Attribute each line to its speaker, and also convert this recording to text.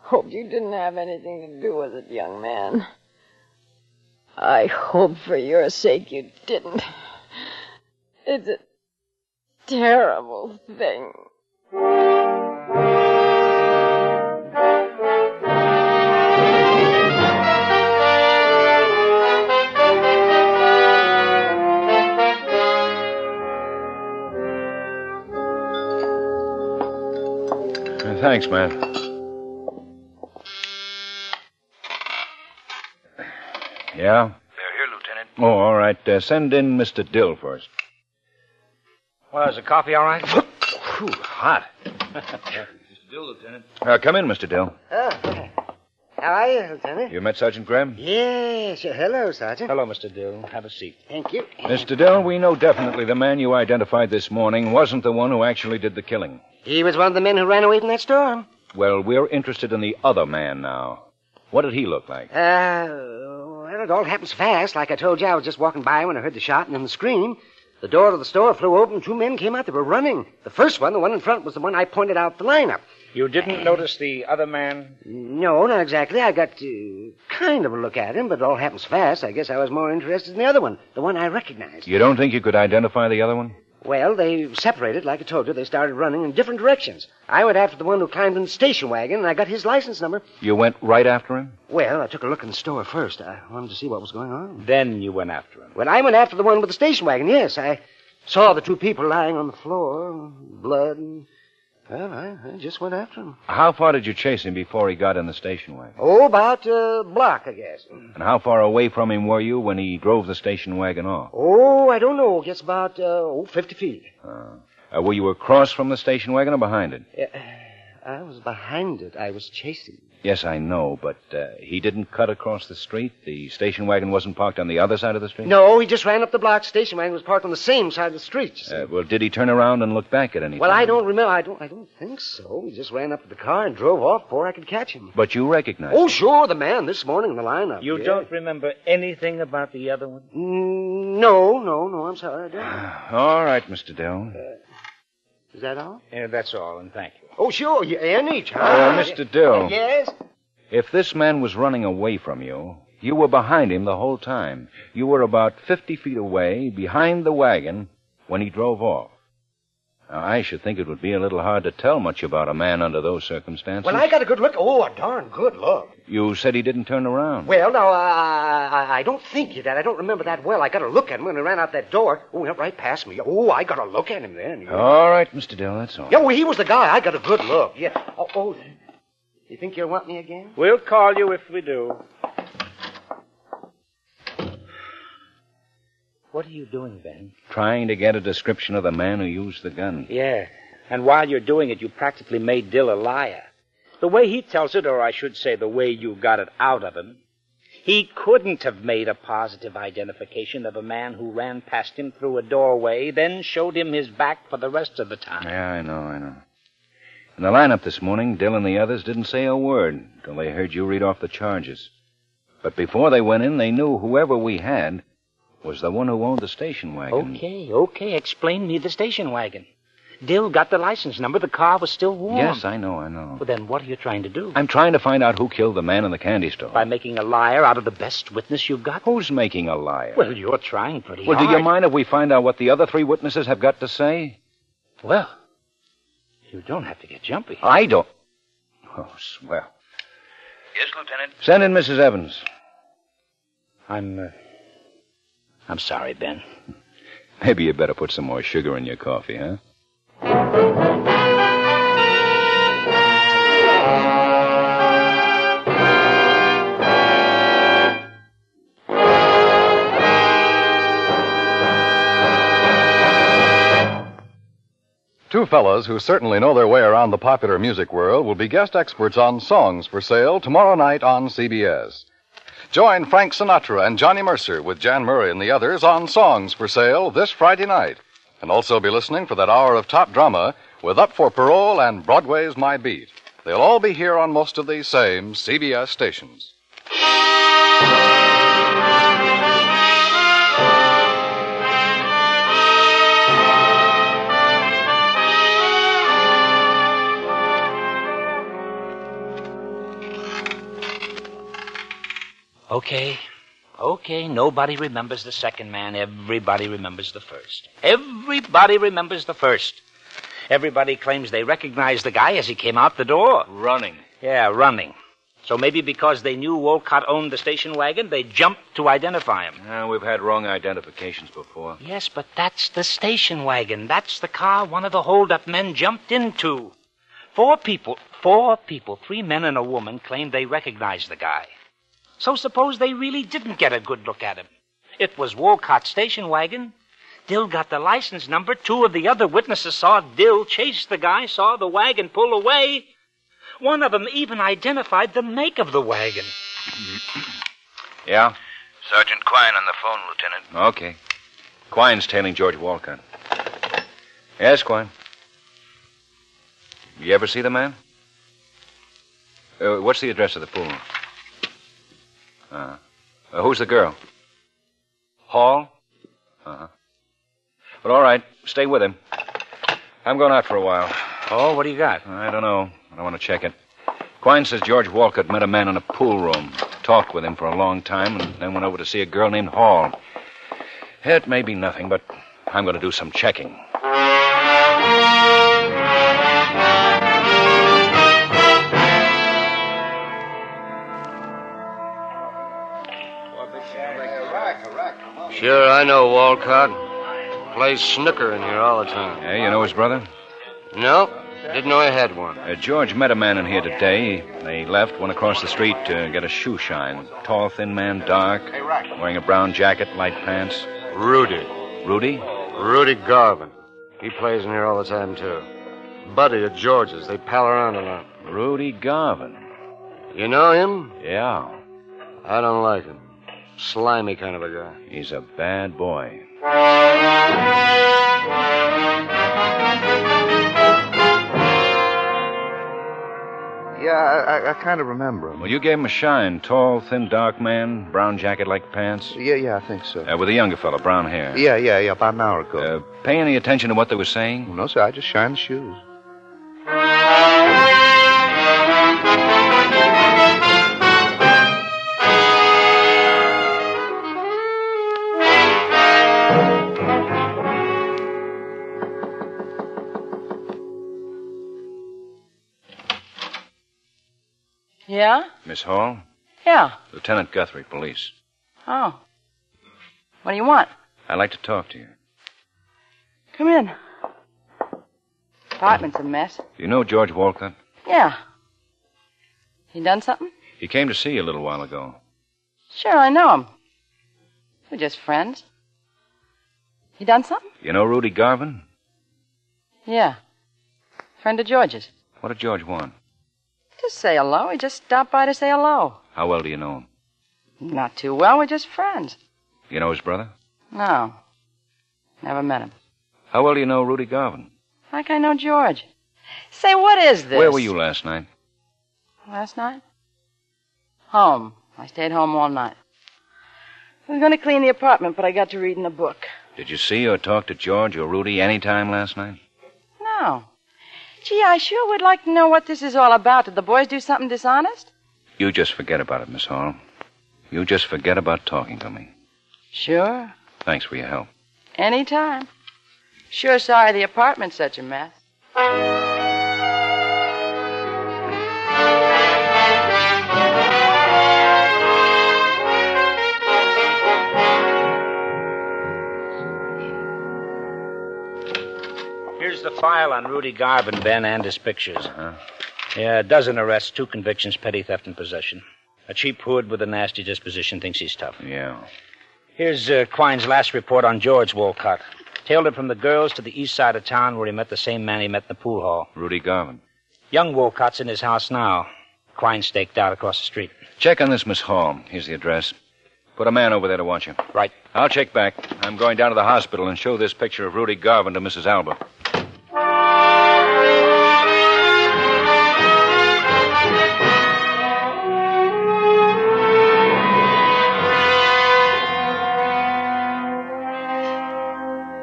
Speaker 1: hope you didn't have anything to do with it, young man. I hope for your sake you didn't. It's a terrible thing.
Speaker 2: Uh, Thanks, man. Yeah?
Speaker 3: They're here, Lieutenant.
Speaker 2: Oh, all right. Uh, send in Mr. Dill first.
Speaker 3: Well, is the coffee all right?
Speaker 2: Whew, hot.
Speaker 3: Still, Lieutenant.
Speaker 2: Uh, come in, Mr. Dill.
Speaker 4: Oh, how are you, Lieutenant?
Speaker 2: You met Sergeant Graham?
Speaker 4: Yes, uh, hello, Sergeant.
Speaker 3: Hello, Mr. Dill. Have a seat.
Speaker 4: Thank you.
Speaker 2: Mr. Dill, we know definitely the man you identified this morning wasn't the one who actually did the killing.
Speaker 4: He was one of the men who ran away from that storm.
Speaker 2: Well, we're interested in the other man now. What did he look like?
Speaker 4: Uh, well, it all happens fast. Like I told you, I was just walking by when I heard the shot and then the scream. The door of the store flew open. Two men came out. They were running. The first one, the one in front, was the one I pointed out the lineup.
Speaker 3: You didn't notice the other man?
Speaker 4: No, not exactly. I got uh, kind of a look at him, but it all happens fast. I guess I was more interested in the other one, the one I recognized.
Speaker 2: You don't think you could identify the other one?
Speaker 4: Well, they separated, like I told you. They started running in different directions. I went after the one who climbed in the station wagon, and I got his license number.
Speaker 2: You went right after him?
Speaker 4: Well, I took a look in the store first. I wanted to see what was going on.
Speaker 3: Then you went after him.
Speaker 4: When I went after the one with the station wagon, yes, I saw the two people lying on the floor, blood, and. Well, I, I just went after him.
Speaker 2: How far did you chase him before he got in the station wagon?
Speaker 4: Oh, about a block, I guess.
Speaker 2: And how far away from him were you when he drove the station wagon off?
Speaker 4: Oh, I don't know. Guess about uh, oh, 50 feet.
Speaker 2: Uh, were you across from the station wagon or behind it?
Speaker 4: Uh, I was behind it. I was chasing.
Speaker 2: Yes, I know, but uh, he didn't cut across the street. The station wagon wasn't parked on the other side of the street?
Speaker 4: No, he just ran up the block. Station wagon was parked on the same side of the street. you see.
Speaker 2: Uh, well, did he turn around and look back at anything?
Speaker 4: well, I don't remember. I don't. I don't think so. He just ran up to the car and drove off before I could catch him.
Speaker 2: But you recognize.
Speaker 4: Oh, sure, the man this morning in the lineup.
Speaker 3: You
Speaker 4: yeah.
Speaker 3: don't remember anything about the other one?
Speaker 4: Mm, no, no, no. I'm sorry, I don't.
Speaker 2: All right, Mr. Dell.
Speaker 4: Is that all?
Speaker 3: Yeah, that's all, and thank you.
Speaker 4: Oh, sure. Yeah, and each, huh?
Speaker 2: Uh, Mr. Dill,
Speaker 4: Yes.
Speaker 2: if this man was running away from you, you were behind him the whole time. You were about 50 feet away, behind the wagon, when he drove off. Now, I should think it would be a little hard to tell much about a man under those circumstances.
Speaker 4: Well, I got a good look. Oh, a darn good look.
Speaker 2: You said he didn't turn around.
Speaker 4: Well, now, I, I, I don't think you that. I don't remember that well. I got a look at him when he ran out that door. Oh, he went right past me. Oh, I got a look at him then.
Speaker 2: All right, Mr. Dill, that's all.
Speaker 4: Yeah, well, he was the guy. I got a good look. Yeah. Oh, oh. you think you'll want me again?
Speaker 3: We'll call you if we do. What are you doing, Ben?
Speaker 2: Trying to get a description of the man who used the gun.
Speaker 3: Yeah. And while you're doing it, you practically made Dill a liar. The way he tells it, or I should say, the way you got it out of him, he couldn't have made a positive identification of a man who ran past him through a doorway, then showed him his back for the rest of the time.
Speaker 2: Yeah, I know, I know. In the lineup this morning, Dill and the others didn't say a word till they heard you read off the charges. But before they went in, they knew whoever we had was the one who owned the station wagon.
Speaker 3: Okay, okay. Explain me the station wagon. Dill got the license number. The car was still warm.
Speaker 2: Yes, I know, I know.
Speaker 3: Well, then what are you trying to do?
Speaker 2: I'm trying to find out who killed the man in the candy store.
Speaker 3: By making a liar out of the best witness you got?
Speaker 2: Who's making a liar?
Speaker 3: Well, you're trying pretty
Speaker 2: Well, do
Speaker 3: hard.
Speaker 2: you mind if we find out what the other three witnesses have got to say?
Speaker 3: Well, you don't have to get jumpy.
Speaker 4: Uh,
Speaker 2: I don't. Oh, swell.
Speaker 3: Yes, Lieutenant.
Speaker 2: Send in Mrs. Evans.
Speaker 3: I'm. Uh, I'm sorry, Ben.
Speaker 2: Maybe you better put some more sugar in your coffee, huh?
Speaker 5: Two fellows who certainly know their way around the popular music world will be guest experts on songs for sale tomorrow night on CBS. Join Frank Sinatra and Johnny Mercer with Jan Murray and the others on Songs for Sale this Friday night. And also be listening for that hour of top drama with Up for Parole and Broadway's My Beat. They'll all be here on most of these same CBS stations.
Speaker 4: Okay. Okay, nobody remembers the second man. Everybody remembers the first. Everybody remembers the first. Everybody claims they recognized the guy as he came out the door.
Speaker 2: Running.
Speaker 4: Yeah, running. So maybe because they knew Wolcott owned the station wagon, they jumped to identify him.
Speaker 2: Uh, we've had wrong identifications before.
Speaker 4: Yes, but that's the station wagon. That's the car one of the holdup men jumped into. Four people, four people, three men and a woman, claimed they recognized the guy. So suppose they really didn't get a good look at him. It was Wolcott's station wagon. Dill got the license number. Two of the other witnesses saw Dill chase the guy, saw the wagon pull away. One of them even identified the make of the wagon.
Speaker 2: Yeah?
Speaker 6: Sergeant Quine on the phone, Lieutenant.
Speaker 2: Okay. Quine's tailing George Walcott. Yes, Quine. You ever see the man? Uh, what's the address of the pool? Uh, uh, who's the girl? Hall? Uh huh. Well, all right. Stay with him. I'm going out for a while.
Speaker 4: Oh, what do you got?
Speaker 2: I don't know. I don't want to check it. Quine says George Walcott met a man in a pool room, talked with him for a long time, and then went over to see a girl named Hall. It may be nothing, but I'm going to do some checking.
Speaker 7: Sure, I know Walcott. Plays snooker in here all the time.
Speaker 2: Hey, you know his brother?
Speaker 7: No, didn't know I had one.
Speaker 2: Uh, George met a man in here today. They left, went across the street to get a shoe shine. Tall, thin man, dark, wearing a brown jacket, light pants.
Speaker 7: Rudy.
Speaker 2: Rudy?
Speaker 7: Rudy Garvin. He plays in here all the time, too. Buddy at George's. They pal around a lot.
Speaker 2: Rudy Garvin.
Speaker 7: You know him?
Speaker 2: Yeah,
Speaker 7: I don't like him. Slimy kind of a guy.
Speaker 2: he's a bad boy.
Speaker 6: Yeah, I, I, I kind of remember him.
Speaker 2: Well, you gave him a shine. Tall, thin, dark man, brown jacket, like pants.
Speaker 6: Yeah, yeah, I think so.
Speaker 2: Uh, with a younger fellow, brown hair.
Speaker 6: Yeah, yeah, yeah, about an hour ago.
Speaker 2: Uh, pay any attention to what they were saying?
Speaker 6: no, sir, I just shined the shoes.
Speaker 1: Yeah?
Speaker 2: Miss Hall?
Speaker 1: Yeah.
Speaker 2: Lieutenant Guthrie, police.
Speaker 1: Oh. What do you want?
Speaker 2: I'd like to talk to you.
Speaker 1: Come in. Apartment's a mess.
Speaker 2: You know George Walcott?
Speaker 1: Yeah. You done something?
Speaker 2: He came to see you a little while ago.
Speaker 1: Sure, I know him. We're just friends. You done something?
Speaker 2: You know Rudy Garvin?
Speaker 1: Yeah. Friend of George's.
Speaker 2: What did George want?
Speaker 1: Just say hello. He just stopped by to say hello.
Speaker 2: How well do you know him?
Speaker 1: Not too well. We're just friends.
Speaker 2: You know his brother?
Speaker 1: No. Never met him.
Speaker 2: How well do you know Rudy Garvin?
Speaker 1: Like I know George. Say, what is this?
Speaker 2: Where were you last night?
Speaker 1: Last night? Home. I stayed home all night. I was going to clean the apartment, but I got to reading a book.
Speaker 2: Did you see or talk to George or Rudy any time last night?
Speaker 1: No. Gee, I sure would like to know what this is all about. Did the boys do something dishonest?
Speaker 2: You just forget about it, Miss Hall. You just forget about talking to me.
Speaker 1: Sure.
Speaker 2: Thanks for your help.
Speaker 1: Any time. Sure sorry the apartment's such a mess.
Speaker 4: Here's the file on Rudy Garvin, Ben, and his pictures. Yeah, a dozen arrests, two convictions, petty theft and possession. A cheap hood with a nasty disposition thinks he's tough.
Speaker 2: Yeah.
Speaker 4: Here's uh, Quine's last report on George Wolcott. Tailed him from the girls to the east side of town where he met the same man he met in the pool hall.
Speaker 2: Rudy Garvin.
Speaker 4: Young Wolcott's in his house now. Quine staked out across the street.
Speaker 2: Check on this, Miss Hall. Here's the address. Put a man over there to watch you.
Speaker 4: Right.
Speaker 2: I'll check back. I'm going down to the hospital and show this picture of Rudy Garvin to Mrs. Alba.